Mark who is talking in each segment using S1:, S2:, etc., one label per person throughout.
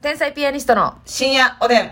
S1: 天才ピアニストの
S2: 深夜おでん。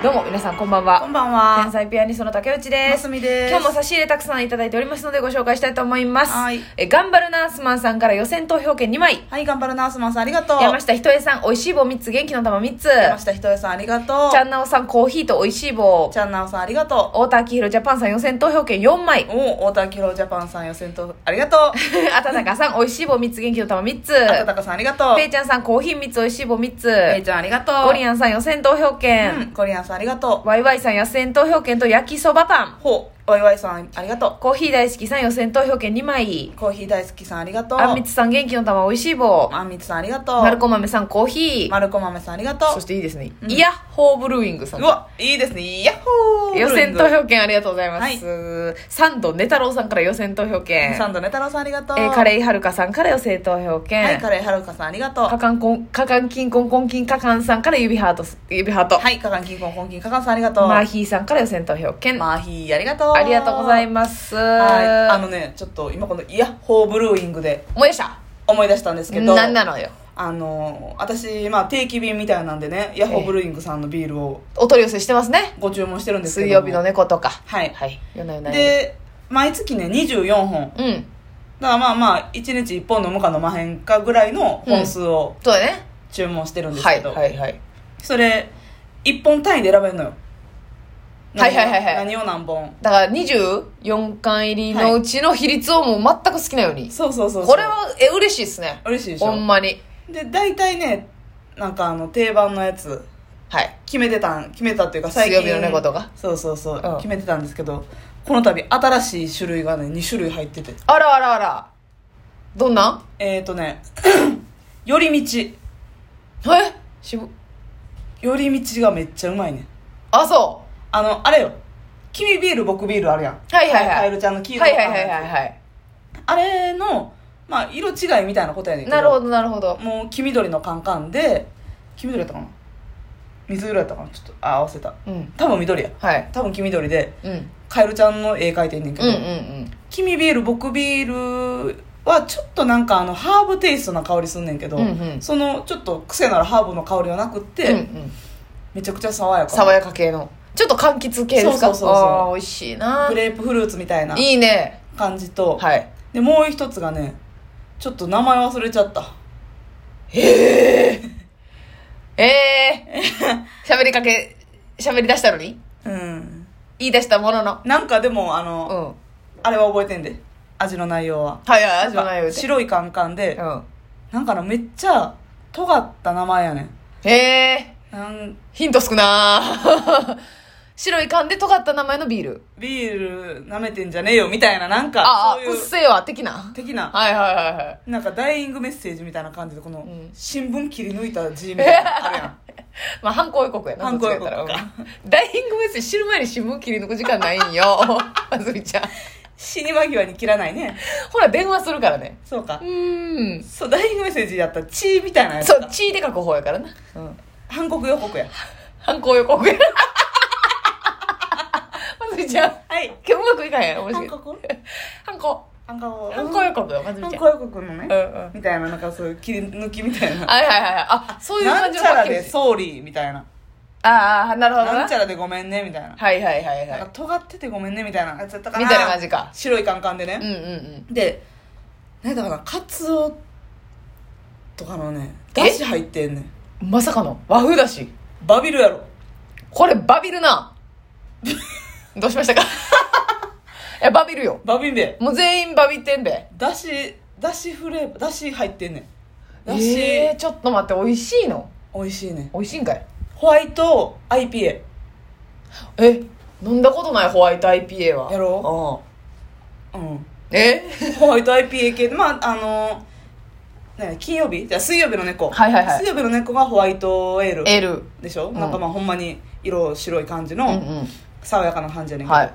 S1: どうも皆さんこんばん
S2: こ
S1: は
S2: んばん
S1: 天
S2: は。
S1: 才ピアニストの竹内で
S2: ますすみです。
S1: 今日も差し入れたくさんいただいておりますのでご紹介したいと思います
S2: はい
S1: え頑張るナースマンさんから予選投票券2枚
S2: はい、頑張るナースマンさんありがとう。
S1: 山下ひとえさんおいしい棒3つ元気の玉3つ
S2: 山下ひとえさんありがとう。
S1: ちゃんなおさんコーヒーとおいしい棒
S2: ちゃんなおさんありがと
S1: 太田明宏ジャパンさん予選投票券4枚
S2: う。おお、太田明宏ジャパンさん予選と、ありがとう。
S1: あたたかさんおいしい棒3つ元気の玉3つ
S2: あたたかさんありがとう。
S1: ぺいちゃんさんコーヒー3つおいしい棒3つ
S2: ペイちゃんありがとう。
S1: ゴリアンさん予選投票
S2: う
S1: 券
S2: ん、コリアンさんありがと
S1: ワイワイさん予選投票券と焼きそばパン
S2: う。ほう、おいわいさんありがと
S1: コーヒー大好きさん予選投票券2枚
S2: う。。コーヒー大好きさんありがとう。
S1: あんみつさん元気の玉美味しい棒。
S2: あんみつさんありがとう。
S1: まるこまめさんコーヒー。
S2: まるこ豆さんありがと
S1: そうしていいですね。
S2: うん
S1: イヤッホーブルーイングさん
S2: う。。わ、いいですね。ヤッホー
S1: 予選投票券ありがとうございま
S2: は
S1: す。サンドネタロウさんから予選投票券。
S2: サンドネタロウさんありがとう。
S1: えーカレイはるかさんから予選投票
S2: はい、
S1: 券
S2: カ。レーはるかさんありがとう。
S1: かかんこん、かかんきんこんこんきんかかんさんから指ハート、指ハート。
S2: はい、かかんきんこんこんきんかかんさんありがとう。
S1: マーヒーさんから予選投票券。あ
S2: マーヒーありがとう。
S1: りがとうございます。
S2: はい。あ
S1: も
S2: のね、ちょっと今このイヤッホーブルーイングで
S1: うやした。
S2: 思い出したんですけど、
S1: なんなのよ。
S2: あの、私、まあ定期便みたいなんでね、イヤッホーブルーイングさんのビールを
S1: お取り寄せしてますね。
S2: ご注文してるんですけど
S1: 水
S2: も
S1: 曜日の。猫とか。
S2: はい。
S1: はい。夜な夜な。
S2: で、毎月ね、24本。
S1: うん。
S2: だからまあまあ、1日1本飲むか飲まへんかぐらいの本数を
S1: そうだね。
S2: 注文してるんです
S1: は
S2: け
S1: い
S2: ど、
S1: はいはい。
S2: それ、1本単位で選べるのよ。
S1: はいはいはいはい
S2: 何を何本。
S1: だから24巻入りのうちの比率をもう全く好きなように。
S2: そうそうそうそう。
S1: これは、え、嬉しいですね。
S2: 嬉しいでしょ
S1: ほんまに。
S2: で大体ねなんかあの定番のやつ
S1: はい。
S2: 決めてたん決めたっていうか最近
S1: 水曜日の猫とか
S2: そうそうそう、
S1: うん
S2: 決めてたんですけどこの度新しい種類がね2種類入ってて
S1: あらあらあら。どんな
S2: えっ、ー、とね 寄り道
S1: えしぶ、
S2: 寄り道がめっちゃうまいね
S1: あ、そ
S2: あのあれよ君ビール僕ビールあるやん
S1: はいはいはい
S2: カエルちゃんの黄
S1: う。
S2: 色
S1: はい
S2: の
S1: はいはいはいはい。
S2: あれのまあ色違いみたいなことやねんけど
S1: なるほどなるほど。
S2: もう黄緑のカンカンで黄緑やったかな水色やったかなちょっとあ合わせた
S1: うん。
S2: 多分緑や
S1: はい。
S2: 多分黄緑で
S1: うん。
S2: カエルちゃんの絵描いてんねんけ
S1: うんう
S2: ど、
S1: んうん。
S2: 君ビール僕ビールはちょっとなんかあのハーブテイストな香りすんねんけど、
S1: うんうん
S2: そのちょっと癖のあるハーブの香りはなくって、
S1: うんうん。
S2: めちゃくちゃ爽やか
S1: 爽やか系の。ちょっと柑橘系ですか
S2: そうそうそうそう
S1: ああ、美味しいな
S2: グ。レープフルーツみたいない
S1: いね。
S2: 感じと、
S1: はい。
S2: でもう一つがねちょっと名前忘れちゃった
S1: ええー。 喋りかけ、喋り出したのに
S2: うん
S1: 言い出したものの。
S2: なんかでもあ
S1: う
S2: の、
S1: ん。
S2: あれは覚えてんで味の内容は
S1: はいはい、味のないようで。
S2: 白いカンカンで、
S1: うん。
S2: なんかなめっちゃ尖った名前やねん
S1: へえ
S2: なん
S1: ー、ヒント少なー 白い缶で尖った名前のビール。
S2: ビール舐めてんじゃねえよみたいななん
S1: あ
S2: か
S1: あ、
S2: そう
S1: うっ
S2: いう
S1: せえわ、的な。
S2: 的な
S1: はいはいはいはい。
S2: なんかダイイングメッセージみたいな感じでこの
S1: ん
S2: 新聞切り抜いた字みたいなのある やん
S1: まあ、犯行予告やな、
S2: 犯行予告
S1: どっちか言ったら
S2: か
S1: うんダイイングメッセージ知る前に新聞切り抜く時間ないんよ。 あずみちゃん。
S2: 死に間際に切らないね
S1: ほら、電話するからね。
S2: そうか
S1: うーん。
S2: そうダイイングメッセージやったら「チー」みたいなやつ
S1: そう、地位で書く方やからな。うん。
S2: 韓国予告や
S1: 犯行予告や。 あずみちゃん。
S2: はい
S1: 今日うまくいかへん。面白
S2: 韓
S1: い。
S2: 国
S1: 犯行。
S2: 韓国
S1: 犯行予告よ、まずみ
S2: 韓
S1: ちゃん。
S2: 国予告のね、
S1: うんうん
S2: みたいななんかそういう切り抜きみたいな
S1: はいはいはいはい。あ、そういう
S2: な
S1: 感
S2: ん
S1: じ
S2: ち
S1: の
S2: ゃ
S1: パ
S2: ら
S1: ッケー
S2: で
S1: ジ。
S2: ソーリーみたいな
S1: ああ、なるほど
S2: な
S1: なん
S2: ち。ゃらでごめんねみたいな
S1: はいはいはいは
S2: なんか
S1: い。
S2: 尖っててごめんねみたいなやつやったかな
S1: みたいな感じか。
S2: 白いカンカンで
S1: うん
S2: ね、
S1: うんうん。
S2: で何だかなカツオとかのねだし入ってんねん
S1: まさかの和風だし。
S2: バビルやろ
S1: これバビルな。 どうしましたか いや、バビルよ。
S2: バビンベ
S1: もう全員バビってんで。
S2: だしだしフレーバーだし入ってんねんだし、
S1: えー、ちょっと待って、美味しいの
S2: 美味しいね
S1: 美味しいんかい
S2: ホワイト IPA
S1: え、飲んだことないホワイト IPA は。
S2: やろうん
S1: うん。え
S2: ホワイト IPA 系まああのね、金曜日じゃあ水曜日の猫、
S1: はいはいはい
S2: 水曜日の猫がホワイトエール
S1: エール。
S2: でしょ、
S1: ん
S2: なんかまあほんまに色白い感じ
S1: うん
S2: の爽やかな感じや
S1: う
S2: ねん
S1: ん。
S2: けど、
S1: はい。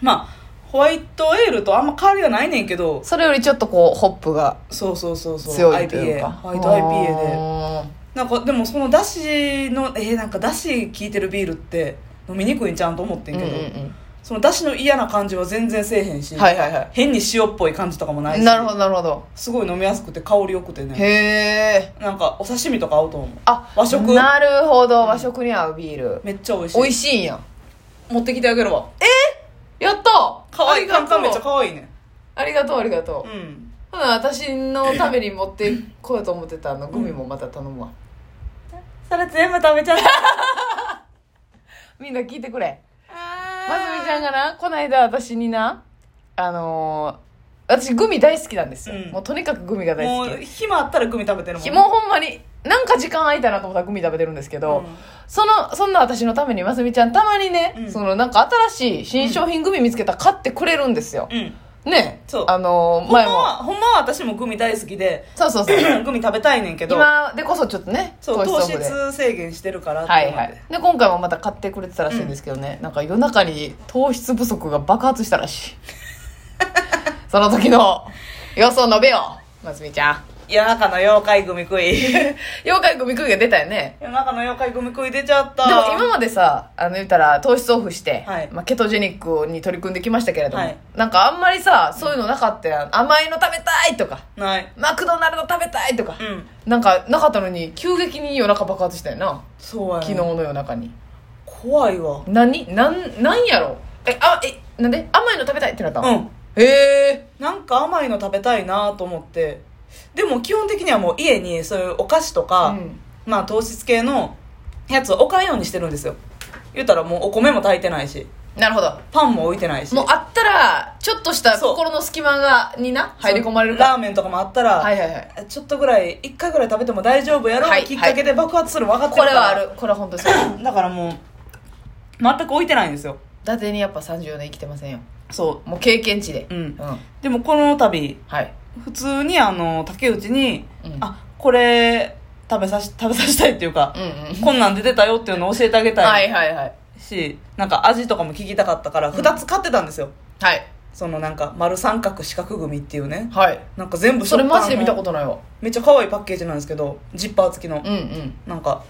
S2: まあホワイトエールとあんま変わりはないねんけど
S1: それよりちょっとこう、ホップが
S2: そうそうそうそう
S1: 強いというか。
S2: IPA ホワイト IPA で
S1: で。
S2: なんかでもそのだしのえー、なんかだし効いてるビールって飲みにくいんちゃうんと思ってんけど、
S1: うんうんうん
S2: そのだしの嫌な感じは全然せえへんし、
S1: はいはいは
S2: 変に塩っぽい感じとかもない
S1: い
S2: し
S1: なるほどなるほど
S2: すごい飲みやすくて香りよくてね
S1: へえ
S2: なんかお刺身とか合うと思う
S1: あ
S2: 和食
S1: なるほど和食に合うビール
S2: めっちゃ美味しい
S1: 美味しいんや
S2: 持ってきてあげるわ
S1: やったか
S2: 可愛いカンカンめっちゃ
S1: う
S2: 可愛いね
S1: ありがとうありがとう
S2: うん
S1: ほな私のために持ってこようと思ってたあのグミもまた頼 むわ
S2: それ全部食べち ゃった
S1: みんな聞いてくれま
S2: ま
S1: つみちゃんがなこないだ私になあのー私グミ大好きなんですよ、
S2: うん
S1: もうとにかくグミが大
S2: も
S1: 好
S2: う
S1: き
S2: 暇あったらグミ食べてるもん
S1: ひもうほんまになんか時間空いたなと思ったらグミ食べてるんですけど、
S2: うん
S1: そのそんな私のためにますみちゃんたまにね、
S2: うん
S1: そのなんか新しい新商品グミ見つけたら買ってくれるんですよ、
S2: うん
S1: ね
S2: そう
S1: あのー
S2: ほんま
S1: 前も
S2: はほんまは私もグミ大好き で
S1: そうそうそう
S2: グミ食べたいねんけど
S1: 今でこそちょっとね
S2: そう糖
S1: オフで
S2: 質制限してるからって
S1: は
S2: 思
S1: い
S2: って
S1: はいで今回もまた買ってくれてたらしいんですけどね、なんか夜中に糖質不足が爆発したらしい その時の様子を述べようますみちゃん
S2: 夜中の妖怪グミ食い 夜
S1: 妖怪組食いが出たよね
S2: 中の妖怪グミ食い出ちゃった
S1: でも今までさあの言ったら糖質オフして、
S2: はい
S1: まあ、ケトジェニックに取り組んできましたけれども、
S2: はい
S1: なんかあんまりさそういうのなかったやん甘いの食べたいとか
S2: ない
S1: マクドナルド食べたいとか
S2: う、ん
S1: なんかなかったのに急激に夜中爆発したよな
S2: そうや、ね、
S1: 昨日の夜中に
S2: 怖いわ
S1: 何なんなんやろえあえなんで甘いの食べたいってなった
S2: う
S1: の、
S2: ん
S1: へえ
S2: なんか甘いの食べたいなと思ってでも基本的にはもう家にそういうお菓子とか、
S1: うん
S2: まあ糖質系のやつを置かんようにしてるんですよ言ったらもうお米も炊いてないし
S1: なるほど
S2: パンも置いてないし
S1: もうあったらちょっとした
S2: そう
S1: 心の隙間がにな入り込まれる
S2: ラ
S1: か
S2: ーメンとかもあったら、
S1: らはいはいはい
S2: ちょっとぐらい一回ぐらい食べても大丈夫やろ、
S1: はい
S2: きっかけで爆発する分かって
S1: こ
S2: る
S1: れ
S2: から
S1: はあるこれは本当そう伊
S2: だからもう全く置いてないんですよ
S1: 達にやっぱ34年生きてませんよ
S2: そ
S1: もう経験値で
S2: うう
S1: うんん
S2: でもこの度
S1: はい
S2: 普通にあの竹内に、
S1: うん
S2: あこれ食べさし食べさせたいっていうか
S1: う、んうん
S2: こんなんで出たよっていうのを教えてあげた
S1: はいいはいはい
S2: し、なんか味とかも聞きたかったから2つ買ってたんですよ、
S1: はい
S2: そのなんか丸三角四角組っていうね
S1: はい
S2: なんか全部
S1: それマジで見たこととないわ
S2: めっちゃ可愛いパッケージなんですけどジッパー付きの、
S1: うんうん
S2: なんか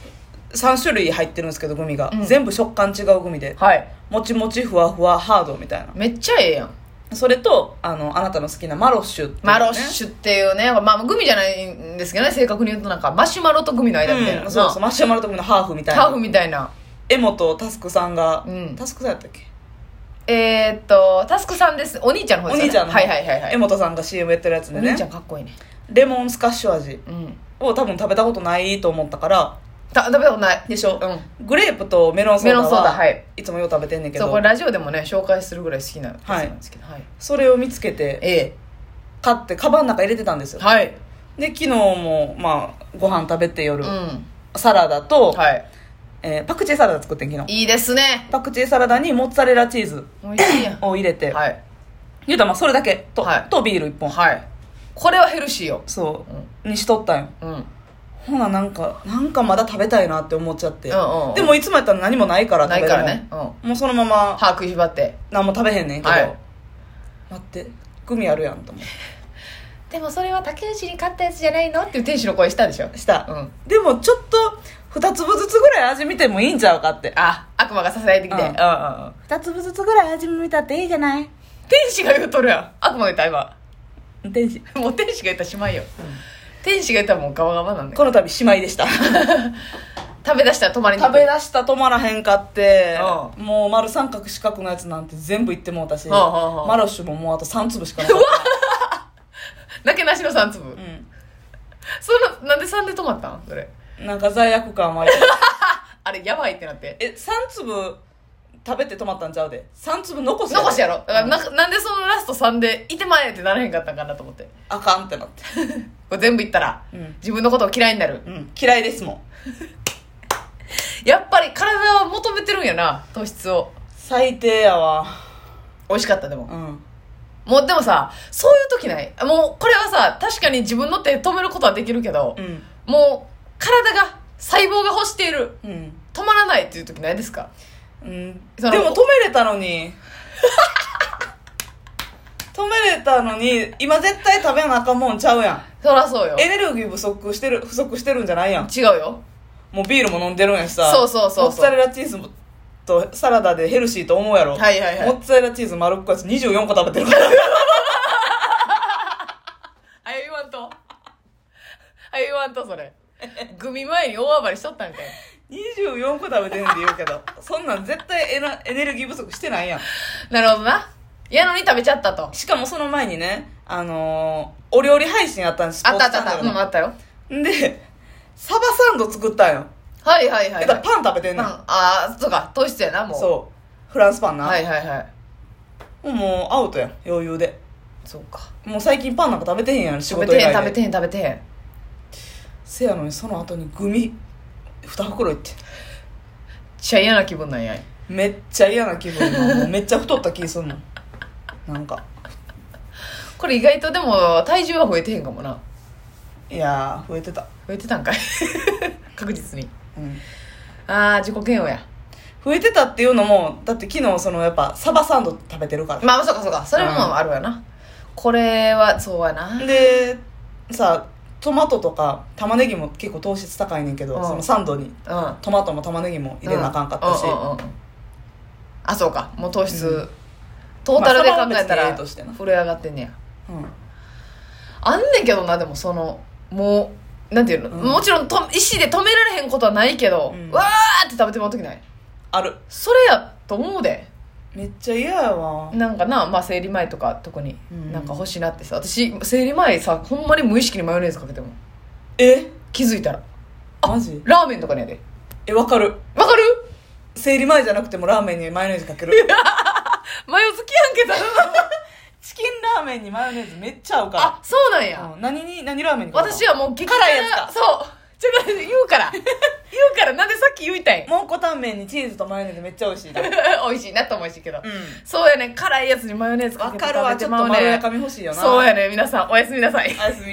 S2: 3種類入ってるんですけどグミが、
S1: うん
S2: 全部食感違うグミで
S1: はい
S2: もちもちふわふわハードみたいな
S1: めっちゃええやん
S2: それとあのあなたの好きなマロッシュっていうね、
S1: マロッシュっていうねまあグミじゃないんですけどね正確に言うとなんかマシュマロとグミの間みたいな、
S2: うんそうそうマシュマロとグミのハーフみたいな
S1: ハーフみたいな
S2: エモとタスクさんが、
S1: うん
S2: タスクさんやったっけ
S1: えー、っとタスクさんですお兄ちゃんの方
S2: お
S1: ですよね
S2: 兄ちゃんの、
S1: はいはいはいはい
S2: エモトさんが CM やってるやつ
S1: お
S2: でね
S1: 兄ちゃんかっこいいね
S2: レモンスカッシュ味
S1: うん
S2: を多分食べたことないと思ったから
S1: た食べたことない
S2: でしょ、
S1: うん
S2: グレープとメロンソーダは
S1: メロンソーダはい、
S2: つもよう食べてんねんけ
S1: そう
S2: ど
S1: これラジオでもね紹介するぐらい好きなやつなんですけどはい、
S2: それを見つけて
S1: え
S2: 買ってカバンの中入れてたんです
S1: え
S2: よ
S1: はい
S2: で昨日もまあご飯食べて
S1: う
S2: 夜、
S1: ん
S2: サラダと、
S1: はい
S2: えーパクチーサラダ作ってん昨日
S1: いいですね
S2: パクチーサラダにモッツァレラチーズ
S1: 美味しいやん
S2: を入れて、
S1: はい
S2: 言うたらまあそれだけと,、
S1: はい
S2: とビール1本、
S1: はいこれはヘルシーよ
S2: そう
S1: うん、
S2: にしとったんよ
S1: うん、
S2: ほななんかなんかまだ食べたいなって思っちゃって、
S1: うんうんうん
S2: でもいつもやったら何もないから
S1: ない
S2: 食べ
S1: から
S2: れ
S1: ね、うん、
S2: もうそのまま
S1: 歯食いしばって
S2: 何も食べへんねんけど、
S1: はい
S2: 待ってグミあるやんと思っ
S1: でもそれは竹内に買ったやつじゃないのっていう店主の声したでしょ
S2: てした、
S1: うん
S2: でもちょっと2粒ずつぐらい味見てもいいんちゃうかって
S1: あ悪魔がささやいてきて、
S2: うん
S1: うんうんうん
S2: 2粒ずつぐらい味見たっていいじゃない
S1: 天使が言うとるやん悪魔が言った今
S2: 天使
S1: もう天使が言ったらしまいよ、天使が言ったらもうガバガバなんで
S2: この度姉妹でした
S1: 食べ出したら止まりに
S2: 食べ
S1: だ
S2: 出した止まらへんかって、
S1: う
S2: もう丸三角四角のやつなんて全部いってもうた
S1: う
S2: し、
S1: んうんうん
S2: マロッシュももうあと3粒しかなかっ
S1: けなしの3粒、
S2: た、う
S1: そのなんで3で止まったんそれ
S2: ん、なんか罪悪感湧いて
S1: あれやばいってなって
S2: え三粒食べて止まったんちゃうで三粒残す
S1: 残しやろだから
S2: うん
S1: ななんでそのラスト3でいてまえってならへんかったんかなと思って
S2: あかんってなって
S1: これ全部いったら
S2: うん、
S1: 自分のことを嫌いになる
S2: うん、嫌いですもん
S1: やっぱり体は求めてるんやな糖質を
S2: 最低やわ
S1: 美味しかったでも、
S2: うん
S1: もうでもさそういう時ないもうこれはさ確かに自分の手止めることはできるけど
S2: う、ん
S1: もう体が細胞が欲している
S2: うん、
S1: 止まらないっていう時ないですか
S2: うん、で
S1: そ
S2: も
S1: の
S2: 止めれたの に止めれたのに今絶対食べなあかんもんちゃうや
S1: そらそうよ
S2: んエネルギー不足してる不足してるんじゃないやん
S1: 違うよ
S2: もうビールも飲んでるんやしさ
S1: そうそうそうそう
S2: モッツァレラチーズもとサラダでヘルシーと思うやろ、
S1: はいはいはい
S2: モッツァレラチーズ丸っこいやつ24個食べてるから
S1: あゆわんとあゆわんとそれグミ前に大暴れしとったんかい
S2: 24個食べてんで言うけどそんなん絶対エナエネルギー不足してないやん
S1: なるほどなやのに食べちゃったと
S2: しかもその前にねあのーお料理配信あったんです
S1: あったあったあった、
S2: スポー
S1: う
S2: ツチャンネル
S1: ん、
S2: の
S1: あったよ
S2: でサバサンド作ったんよ
S1: はいはいはい、
S2: え
S1: は
S2: だ
S1: い、
S2: パン食べてん
S1: うん
S2: ねん
S1: ああそうか糖質やなもう
S2: そうフランスパンな、
S1: はいはいはい
S2: もうアウトやん余裕で
S1: そうか
S2: もう最近パンなんか食べてへんやん仕
S1: 食べ
S2: 事
S1: て
S2: 以
S1: へ
S2: 外
S1: ん
S2: で
S1: 食べてへん食べてへん
S2: せやのにその後にグミ2袋いって
S1: ちゃ嫌な気分なんや
S2: めっちゃ嫌な気分 もうめっちゃ太った気すんのなんか
S1: これ意外とでも体重は増えてへんかもない
S2: やー増えてた、
S1: 増えてたんかい 確実に
S2: うん、
S1: ああ自己嫌悪や
S2: 増えてたっていうのもだって昨日そのやっぱサバサンド食べてるから
S1: まあそうかそうかそれも
S2: うん
S1: あるわな、これはそうやな
S2: でさトマトとか玉ねぎも結構糖質高いねんけど、
S1: うん
S2: そのサンドに
S1: うん
S2: トマトも玉ねぎも入れなあかんかったし、
S1: うんうんうんうんあそうかもう糖質、
S2: うん
S1: トータルで考えた
S2: まあサバは別にえ
S1: ら
S2: えとしてな
S1: 震え上がってんねや
S2: うん
S1: あんねんけどなでもそのもうなんていうの、
S2: うん
S1: もちろんと意思で止められへんことはないけど、
S2: うん
S1: わーって食べてもらう時ない
S2: ある
S1: それやと思うで
S2: めっちゃ嫌やわ
S1: なんかなまあ生理前とか特に
S2: うん
S1: なんか欲しいなってさ私生理前さほんまに無意識にマヨネーズかけても
S2: え
S1: 気づいたら
S2: マジ
S1: ラーメンとかにやで
S2: えわかる
S1: わかる
S2: 生理前じゃなくてもラーメンにマヨネーズかける
S1: マヨ好きやんけたら
S2: チキンラーメンにマヨネーズめっちゃ合う か
S1: あそうなんや、
S2: ら、うん、何に何ラーメンにかけた
S1: 私はもう激
S2: 辛いやつか
S1: そうちょっと言う から言うからなんでさ っき言いたい
S2: もんこタンメンにチーズとマヨネーズめっちゃ美味しいなうん
S1: 美味しいなと思うしいけど、そうやね辛いやつにマヨネーズか
S2: わ
S1: けて
S2: かるわ
S1: 食べ
S2: ち
S1: て
S2: ょっ
S1: ま
S2: と
S1: う
S2: まろや
S1: ね
S2: かみ欲しいよな
S1: そうやね皆さんおやすみなさい
S2: おやすみ